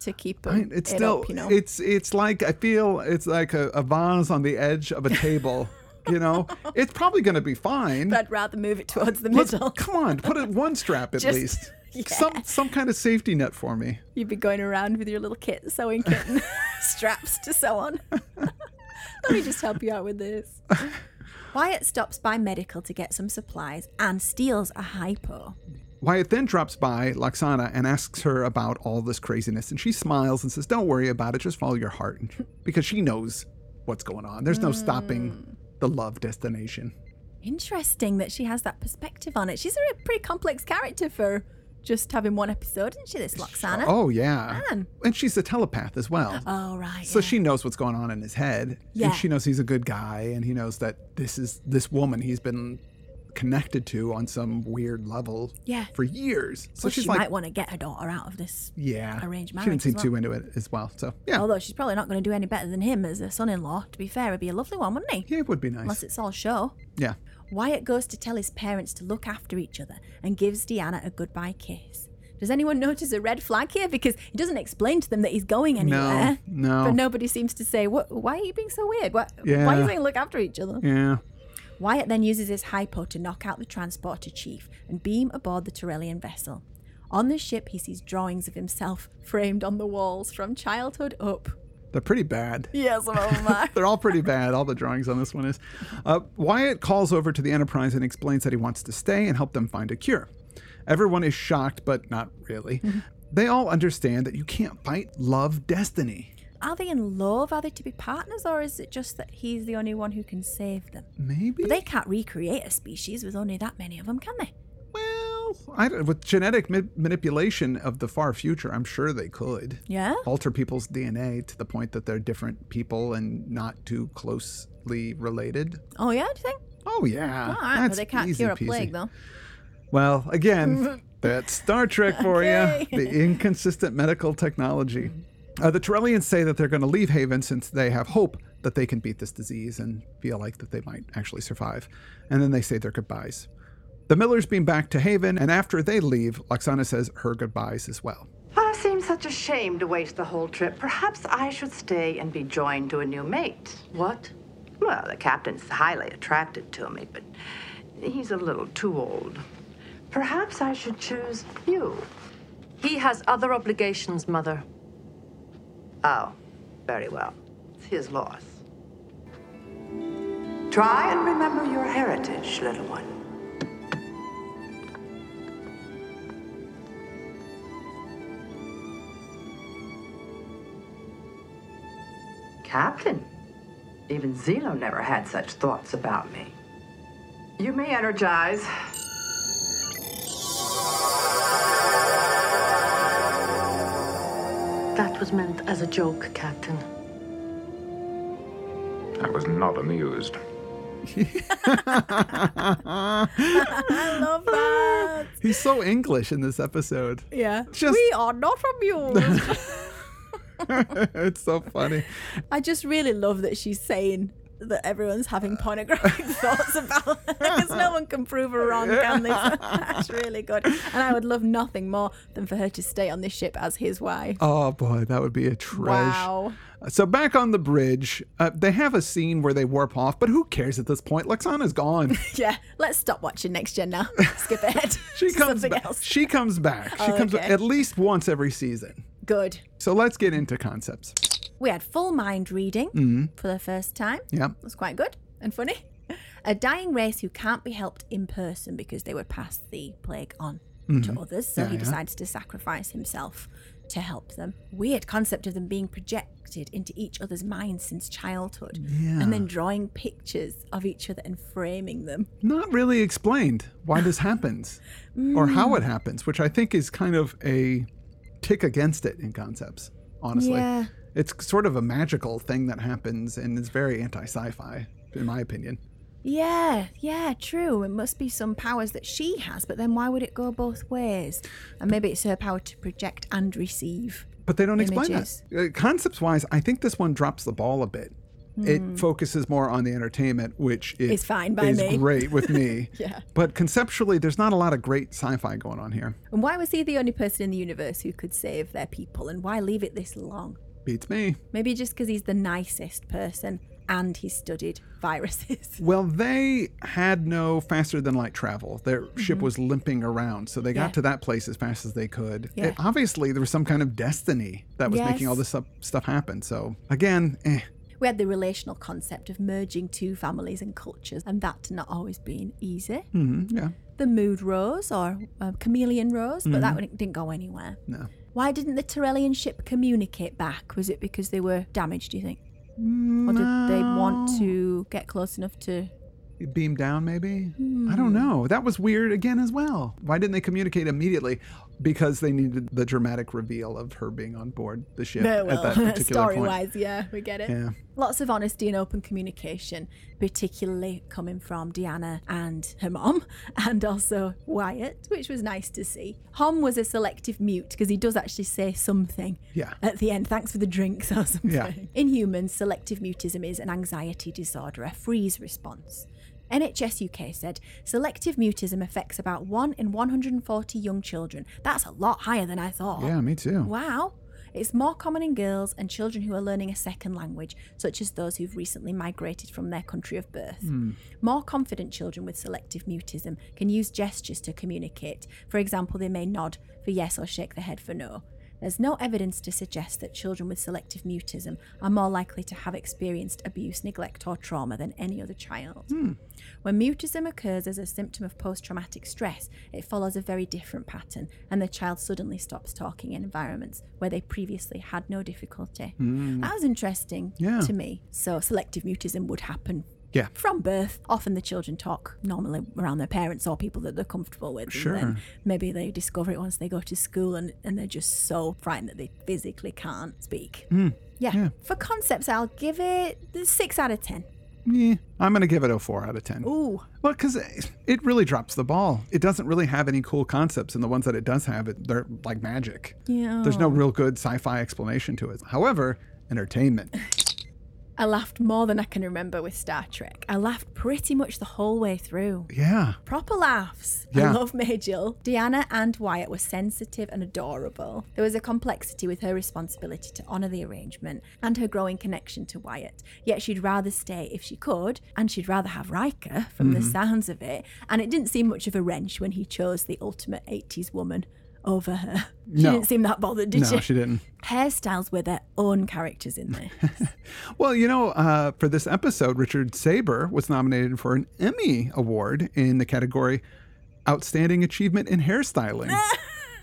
Speaker 2: to keep
Speaker 1: I mean,
Speaker 2: them.
Speaker 1: it's
Speaker 2: it
Speaker 1: still
Speaker 2: up, you know.
Speaker 1: it's it's like I feel it's like a, a vase on the edge of a
Speaker 2: <laughs>
Speaker 1: table. you know, it's probably going to be fine.
Speaker 2: I'd rather move it towards the
Speaker 1: Let's- <laughs>
Speaker 2: middle.
Speaker 1: come on, put it one strap at
Speaker 2: <laughs> Just-
Speaker 1: least.
Speaker 2: yeah.
Speaker 1: Some some kind of safety net for me.
Speaker 2: You'd be going around with your little kit sewing kitten
Speaker 1: <laughs>
Speaker 2: <laughs> straps to sew on. Let me just help you out
Speaker 1: <laughs>
Speaker 2: with this. Wyatt stops by medical to get some supplies and steals a hypo.
Speaker 1: Wyatt then drops by Laxana and asks her about all this craziness, and she smiles and says, "Don't worry about it. Just follow your heart," and because she knows what's going on. There's no
Speaker 2: Hmm.
Speaker 1: stopping the love destination.
Speaker 2: Interesting that she has that perspective on it. She's a pretty complex character for just having one episode, isn't she, this Loxana?
Speaker 1: Oh yeah,
Speaker 2: Man.
Speaker 1: and she's a telepath as well.
Speaker 2: Oh, right.
Speaker 1: So
Speaker 2: yeah.
Speaker 1: she knows what's going on in his head.
Speaker 2: Yeah.
Speaker 1: And she knows he's a good guy and he knows that this is this woman he's been connected to on some weird level
Speaker 2: Yeah.
Speaker 1: for years. So
Speaker 2: Well,
Speaker 1: she's
Speaker 2: she
Speaker 1: like
Speaker 2: might want to get her daughter out of this.
Speaker 1: yeah.
Speaker 2: arrange
Speaker 1: She didn't
Speaker 2: marriage
Speaker 1: seem
Speaker 2: as
Speaker 1: too
Speaker 2: well.
Speaker 1: into it as well. So yeah.
Speaker 2: Although she's probably not going to do any better than him as a son in law. To be fair, it'd be a lovely one, wouldn't he?
Speaker 1: yeah, it would be nice.
Speaker 2: Unless it's all show.
Speaker 1: yeah.
Speaker 2: Wyatt goes to tell his parents to look after each other and gives Deanna a goodbye kiss. Does anyone <laughs> notice a red flag here? Because he doesn't explain to them that he's going anywhere.
Speaker 1: no.
Speaker 2: But nobody seems to say, what, why are you being so weird? What, Why are
Speaker 1: Yeah.
Speaker 2: you saying look after each other?
Speaker 1: Yeah.
Speaker 2: Wyatt then uses his hypo to knock out the transporter chief and beam aboard the Tyrellian vessel. On the ship, he sees drawings of himself framed on the walls from childhood up.
Speaker 1: They're pretty bad.
Speaker 2: Yes, oh my.
Speaker 1: They're all pretty bad. All the drawings on this one is. Uh, Wyatt calls over to the Enterprise and explains that he wants to stay and help them find a cure. Everyone is shocked, but not really.
Speaker 2: Mm-hmm.
Speaker 1: They all understand that you can't fight love destiny.
Speaker 2: <laughs> Are they in love? Are they to be partners? Or is it just that he's the only one who can save them?
Speaker 1: Maybe.
Speaker 2: But they can't recreate a species with only that many of them, can they?
Speaker 1: well, I don't, with genetic ma- manipulation of the far future, I'm sure they could.
Speaker 2: Yeah?
Speaker 1: Alter people's DNA to the point that they're different people and not too closely related.
Speaker 2: Oh, yeah, do you think?
Speaker 1: Oh, yeah.
Speaker 2: All right, but
Speaker 1: That's
Speaker 2: they can't
Speaker 1: easy
Speaker 2: cure a
Speaker 1: peasy.
Speaker 2: plague, though.
Speaker 1: Well, again,
Speaker 2: <laughs>
Speaker 1: that's Star Trek for
Speaker 2: Okay.
Speaker 1: you. The inconsistent medical technology. Uh, the Torellians say that they're going to leave Haven since they have hope that they can beat this disease and feel like that they might actually survive. And then they say their goodbyes. The Millers beam back to Haven, and after they leave, Loxana says her goodbyes as well.
Speaker 6: Ah, seems such a shame to waste the whole trip. Perhaps I should stay and be joined to a new mate.
Speaker 7: What?
Speaker 6: Well, the captain's highly attracted to me, but he's a little too old. Perhaps I should choose you.
Speaker 7: He has other obligations, Mother.
Speaker 6: Oh, very well. It's his loss. Try and remember your heritage, little one. Captain, even Zeno never had such thoughts about me. You may energize.
Speaker 7: That was meant as a joke, Captain.
Speaker 4: I was not amused.
Speaker 2: I <laughs> love that.
Speaker 1: He's so English in this episode.
Speaker 2: <laughs> Yeah.
Speaker 1: Just-
Speaker 2: We are not <laughs> amused.
Speaker 1: <laughs> it's so funny.
Speaker 2: I just really love that she's saying that everyone's having
Speaker 1: <laughs>
Speaker 2: pornographic thoughts about because no one can prove her wrong, can
Speaker 1: <laughs>
Speaker 2: they? That's really good. And I would love nothing more than for her to stay on this ship as his wife.
Speaker 1: Oh boy, that would be a treasure.
Speaker 2: Wow.
Speaker 1: So back on the bridge, uh, they have a scene where they warp off, but who cares at this point? Lexana's
Speaker 2: <laughs>
Speaker 1: gone.
Speaker 2: Yeah, let's stop watching next
Speaker 1: <laughs>
Speaker 2: gen now. Skip ahead.
Speaker 1: She
Speaker 2: to
Speaker 1: comes
Speaker 2: something
Speaker 1: back.
Speaker 2: else.
Speaker 1: She comes back. She
Speaker 2: Oh,
Speaker 1: comes
Speaker 2: okay.
Speaker 1: at least once every season.
Speaker 2: Good.
Speaker 1: So let's get into concepts.
Speaker 2: We had full mind reading
Speaker 1: Mm.
Speaker 2: for the first time.
Speaker 1: Yeah.
Speaker 2: It was quite good and funny. A dying race who can't be helped in person because they would pass the plague on to others. So he decides to sacrifice himself to help them. Weird concept of them being projected into each other's minds since childhood. And then drawing pictures of each other and framing them.
Speaker 1: Not really explained why this happens
Speaker 2: <laughs>
Speaker 1: or
Speaker 2: Hmm.
Speaker 1: how it happens, which I think is kind of a tick against it in concepts, honestly.
Speaker 2: Yeah.
Speaker 1: It's sort of a magical thing that happens and it's very anti sci fi, in my opinion.
Speaker 2: Yeah, yeah, true. It must be some powers that she has, but then why would it go both ways? And maybe it's her power to project and receive.
Speaker 1: But they don't
Speaker 2: Images.
Speaker 1: explain that. Uh, concepts wise, I think this one drops the ball a bit. It focuses more on the entertainment, which is,
Speaker 2: Hmm. Is fine by
Speaker 1: is
Speaker 2: me.
Speaker 1: great with me.
Speaker 2: <laughs> Yeah.
Speaker 1: But conceptually, there's not a lot of great sci-fi going on here.
Speaker 2: And why was he the only person in the universe who could save their people? And why leave it this long?
Speaker 1: Beats me.
Speaker 2: Maybe just because he's the nicest person and he studied viruses. <laughs>
Speaker 1: Well, they had no faster than light travel. Their ship was limping around, so they got
Speaker 2: Mm-hmm. Yeah.
Speaker 1: to that place as fast as they could.
Speaker 2: Yeah.
Speaker 1: It- obviously, there was some kind of destiny that was making all
Speaker 2: Yes.
Speaker 1: this stuff, stuff happen. So again, eh.
Speaker 2: we had the relational concept of merging two families and cultures, and that not always being easy.
Speaker 1: Mhm, yeah.
Speaker 2: The mood rose, or uh, chameleon rose, but that one didn't go anywhere.
Speaker 1: No.
Speaker 2: Why didn't the Tyrellian ship communicate back? Was it because they were damaged, do you think? Or did they want to get close enough to
Speaker 1: beam down maybe i
Speaker 2: Hmm.
Speaker 1: don't know that was weird again as well why didn't they communicate immediately because they needed the dramatic reveal of her being on board the ship
Speaker 2: No,
Speaker 1: at that
Speaker 2: well, <laughs>
Speaker 1: particular
Speaker 2: story
Speaker 1: point
Speaker 2: wise, yeah, we get it.
Speaker 1: Yeah.
Speaker 2: Lots of honesty and open communication, particularly coming from Deanna and her mom, <laughs> and also Wyatt, which was nice to see. Hom was a selective mute because he does actually say something
Speaker 1: Yeah.
Speaker 2: at the end. Thanks for the drinks or something.
Speaker 1: Yeah.
Speaker 2: In humans, selective mutism is an anxiety disorder, a freeze response. NHS UK said selective mutism affects about 1 in 140 young children. That's a lot higher than I thought.
Speaker 1: yeah me too
Speaker 2: Wow. It's more common in girls and children who are learning a second language, such as those who've recently migrated from their country of birth. More confident children with selective mutism can use gestures to communicate. For example, they may nod for yes or shake their head for no. There's no evidence to suggest that children with selective mutism are more likely to have experienced abuse, neglect, or trauma than any other child. When mutism occurs as a symptom of post traumatic stress, it follows a very different pattern, and the child suddenly stops talking in environments where they previously had no difficulty. That was interesting
Speaker 1: Mm. Yeah.
Speaker 2: to me. So, selective mutism would happen.
Speaker 1: Yeah.
Speaker 2: From birth, often the children talk normally around their parents or people that they're comfortable with.
Speaker 1: Sure.
Speaker 2: And then maybe they discover it once they go to school and, and they're just so frightened that they physically can't speak.
Speaker 1: Mm.
Speaker 2: Yeah. For concepts, I'll give it six out of 10.
Speaker 1: Eh, i'm gonna give it a four out of ten
Speaker 2: Ooh.
Speaker 1: well because it really drops the ball it doesn't really have any cool concepts and the ones that it does have it, they're like magic
Speaker 2: Yeah.
Speaker 1: there's no real good sci-fi explanation to it however entertainment
Speaker 2: I laughed more than I can remember with Star Trek. I laughed pretty much the whole way through.
Speaker 1: yeah
Speaker 2: Proper laughs.
Speaker 1: Yeah.
Speaker 2: I love May Jill. Deanna and Wyatt were sensitive and adorable. There was a complexity with her responsibility to honour the arrangement and her growing connection to Wyatt. Yet she'd rather stay if she could, and she'd rather have Riker from
Speaker 1: Mm-hmm.
Speaker 2: the sounds of it. And it didn't seem much of a wrench when he chose the ultimate 80s woman over her. She
Speaker 1: No.
Speaker 2: didn't seem that bothered, did
Speaker 1: no she didn't
Speaker 2: Hairstyles were their own characters in there.
Speaker 1: Well, you know, uh, for this episode, Richard Saber was nominated for an Emmy Award in the category Outstanding Achievement in
Speaker 2: <laughs>
Speaker 1: Hairstyling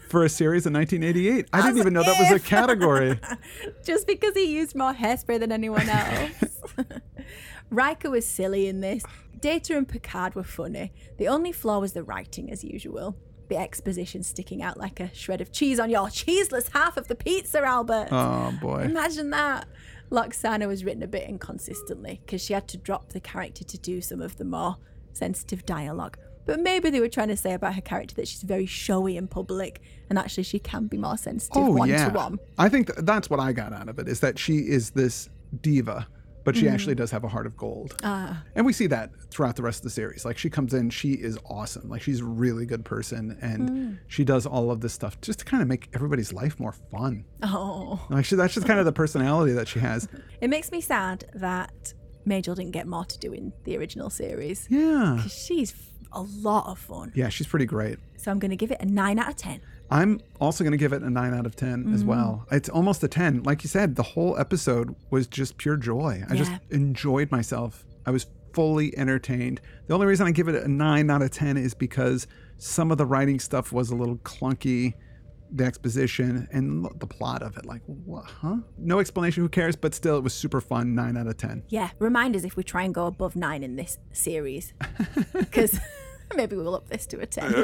Speaker 1: for a series in 1988. I didn't
Speaker 2: was
Speaker 1: even know that was a category.
Speaker 2: <laughs> just because he used more hairspray than
Speaker 1: <laughs>
Speaker 2: anyone else. Riker was silly in this. Data and Picard were funny. The only flaw was the writing, as usual. The exposition sticking out like a shred of cheese on your cheeseless half of the pizza, Albert.
Speaker 1: oh, boy.
Speaker 2: Imagine that. Loxana was written a bit inconsistently because she had to drop the character to do some of the more sensitive dialogue. But maybe they were trying to say about her character that she's very showy in public and actually she can be more sensitive
Speaker 1: Oh,
Speaker 2: one
Speaker 1: yeah.
Speaker 2: to one.
Speaker 1: I think th- that's what I got out of it is that she is this diva, but
Speaker 2: Mm-hmm.
Speaker 1: she actually does have a heart of gold.
Speaker 2: Ah.
Speaker 1: And we see that throughout the rest of the series. Like she comes in, she is awesome. Like she's a really good person and
Speaker 2: Mm.
Speaker 1: she does all of this stuff just to kind of make everybody's life more fun.
Speaker 2: Oh,
Speaker 1: Like she, that's just kind of the personality that she has.
Speaker 2: it makes me sad that Majel didn't get more to do in the original series.
Speaker 1: Yeah.
Speaker 2: 'Cause She's f- a lot of fun.
Speaker 1: Yeah, she's pretty great.
Speaker 2: So I'm going to give it a nine out of ten.
Speaker 1: I'm also going to give it a 9 out of 10 as well. It's almost a 10. Like you said, the whole episode was just pure joy. I just
Speaker 2: Yeah.
Speaker 1: enjoyed myself. I was fully entertained. The only reason I give it a 9 out of 10 is because some of the writing stuff was a little clunky, the exposition and the plot of it. Like, what, huh? No explanation, who cares? But still, it was super fun. 9 out of 10.
Speaker 2: Yeah, remind us if we try and go above nine in this
Speaker 1: <laughs>
Speaker 2: series, because <laughs> maybe we'll up this to a ten <laughs>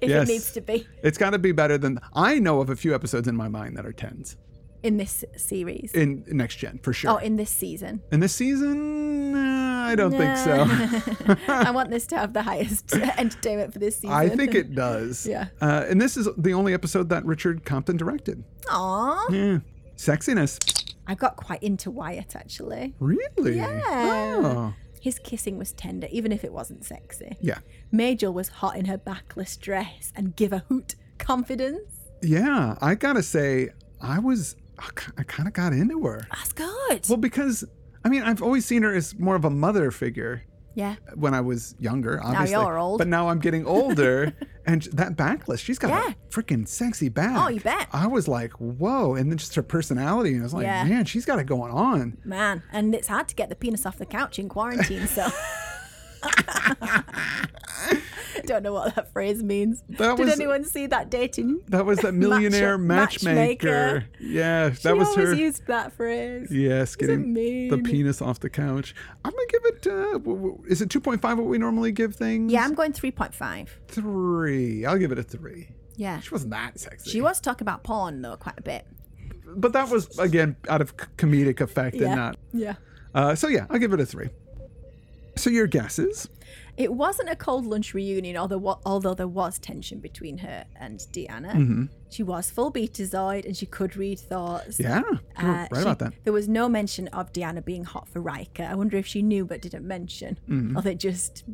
Speaker 2: if
Speaker 1: Yes.
Speaker 2: it needs to be
Speaker 1: It's got to be better than I know of a few episodes in my mind that are 10s
Speaker 2: in this series.
Speaker 1: in next gen for sure.
Speaker 2: Oh, in this
Speaker 1: <laughs>
Speaker 2: season.
Speaker 1: In this season, uh, I don't think so.
Speaker 2: I want this to have the highest entertainment for this
Speaker 1: <laughs>
Speaker 2: season.
Speaker 1: I think
Speaker 2: <laughs>
Speaker 1: it does.
Speaker 2: Yeah.
Speaker 1: Uh, and this is the only episode that Richard Compton directed.
Speaker 2: <laughs> Aw.
Speaker 1: Sexiness.
Speaker 2: I got quite into Wyatt actually.
Speaker 1: Really?
Speaker 2: Yeah.
Speaker 1: Oh.
Speaker 2: His kissing was tender, even if it wasn't sexy.
Speaker 1: Yeah.
Speaker 2: Major was hot in her backless dress and give a hoot confidence.
Speaker 1: Yeah. I got to say, I was, I kind of got into her.
Speaker 2: That's good.
Speaker 1: Well, because, I mean, I've always seen her as more of a mother figure
Speaker 2: yeah.
Speaker 1: when I was younger, obviously.
Speaker 2: you're old.
Speaker 1: But now I'm getting
Speaker 2: <laughs>
Speaker 1: older. and that backless, she's got
Speaker 2: Yeah.
Speaker 1: a freaking sexy back.
Speaker 2: Oh, you bet.
Speaker 1: I was like, whoa. And then just her personality. And I was like,
Speaker 2: Yeah.
Speaker 1: man, she's got it going on.
Speaker 2: Man, and it's hard to get the penis off the couch in quarantine, so. <laughs> Don't know what that phrase means.
Speaker 1: That
Speaker 2: Did
Speaker 1: was-
Speaker 2: anyone see that dating?
Speaker 1: That was
Speaker 2: <laughs>
Speaker 1: that millionaire
Speaker 2: Match-
Speaker 1: matchmaker.
Speaker 2: matchmaker.
Speaker 1: Yeah, that
Speaker 2: she
Speaker 1: was
Speaker 2: always
Speaker 1: her.
Speaker 2: used that phrase.
Speaker 1: yes, getting the
Speaker 2: mean?
Speaker 1: penis off the couch. I'm gonna give it. Uh, w- w- is it 2.5? What we normally give things?
Speaker 2: Yeah, I'm going 3.5.
Speaker 1: three. I'll give it a three.
Speaker 2: Yeah.
Speaker 1: She wasn't that sexy.
Speaker 2: She was talking about porn, though, quite a bit.
Speaker 1: but that was again out of c- comedic effect
Speaker 2: Yeah.
Speaker 1: and not.
Speaker 2: Yeah.
Speaker 1: Uh, so yeah, I'll give it a three. So your guesses?
Speaker 2: It wasn't a cold lunch reunion, although wa- although there was tension between her and Deanna.
Speaker 1: Mm-hmm.
Speaker 2: She was full betazoid and she could read thoughts.
Speaker 1: Yeah, you were
Speaker 2: Uh,
Speaker 1: right
Speaker 2: she-
Speaker 1: about that.
Speaker 2: There was no mention of Deanna being hot for Riker. I wonder if she knew but didn't mention,
Speaker 1: Mm-hmm.
Speaker 2: or they just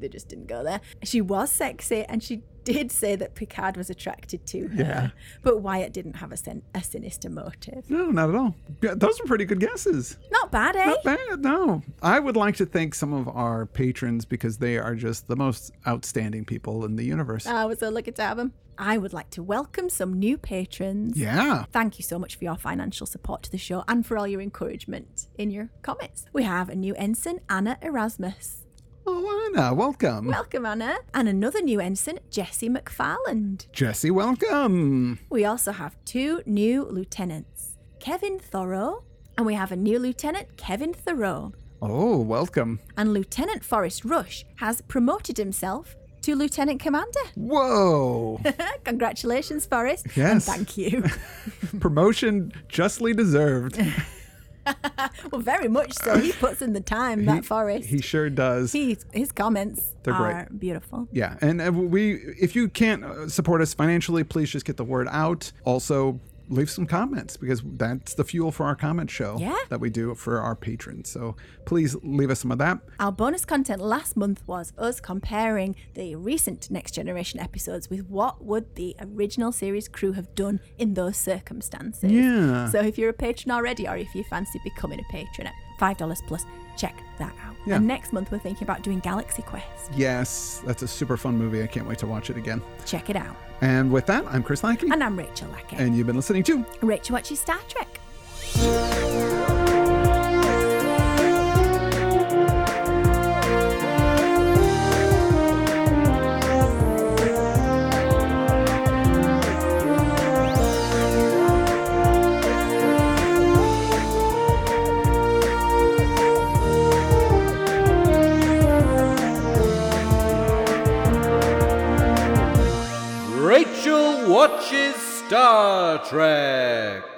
Speaker 2: they just didn't go there. She was sexy, and she did say that Picard was attracted to her.
Speaker 1: Yeah.
Speaker 2: But Wyatt didn't have a, sin- a sinister motive.
Speaker 1: No, not at all. Yeah, those were pretty good guesses.
Speaker 2: Not bad, eh?
Speaker 1: Not bad, no. I would like to thank some of our patrons because they are just the most outstanding people in the universe.
Speaker 2: I was so lucky to have him. I would like to welcome some new patrons.
Speaker 1: yeah.
Speaker 2: Thank you so much for your financial support to the show and for all your encouragement in your comments. We have a new ensign, Anna Erasmus.
Speaker 1: Oh, Anna, welcome.
Speaker 2: Welcome, Anna. And another new ensign, Jessie McFarland.
Speaker 1: Jesse, welcome.
Speaker 2: We also have two new lieutenants, Kevin Thoreau, and we have a new lieutenant, Kevin Thoreau.
Speaker 1: Oh, welcome.
Speaker 2: And Lieutenant Forrest Rush has promoted himself to Lieutenant Commander. <laughs>
Speaker 1: Whoa.
Speaker 2: Congratulations, Forrest.
Speaker 1: Yes.
Speaker 2: And
Speaker 1: <laughs>
Speaker 2: thank you.
Speaker 1: Promotion justly deserved.
Speaker 2: well, very much so. He puts in the time, that Forrest.
Speaker 1: He sure does.
Speaker 2: He, his comments
Speaker 1: They're great.
Speaker 2: are beautiful.
Speaker 1: yeah, and uh, we if you can't uh, support us financially, please just get the word out. Also, leave some comments because that's the fuel for our comment show
Speaker 2: Yeah.
Speaker 1: that we do for our patrons. So, please leave us some of that.
Speaker 2: Our bonus content last month was us comparing the recent Next Generation episodes with what would the original series crew have done in those circumstances.
Speaker 1: Yeah.
Speaker 2: So if you're a patron already or if you fancy becoming a patron at $5 plus, check that out.
Speaker 1: Yeah.
Speaker 2: And next month we're thinking about doing Galaxy Quest.
Speaker 1: Yes, that's a super fun movie. I can't wait to watch it again.
Speaker 2: Check it out.
Speaker 1: And with that, I'm Chris Lackey.
Speaker 2: And I'm Rachel Lackett.
Speaker 1: And you've been listening to
Speaker 2: Rachel watches Star Trek.
Speaker 3: Rachel watches Star Trek.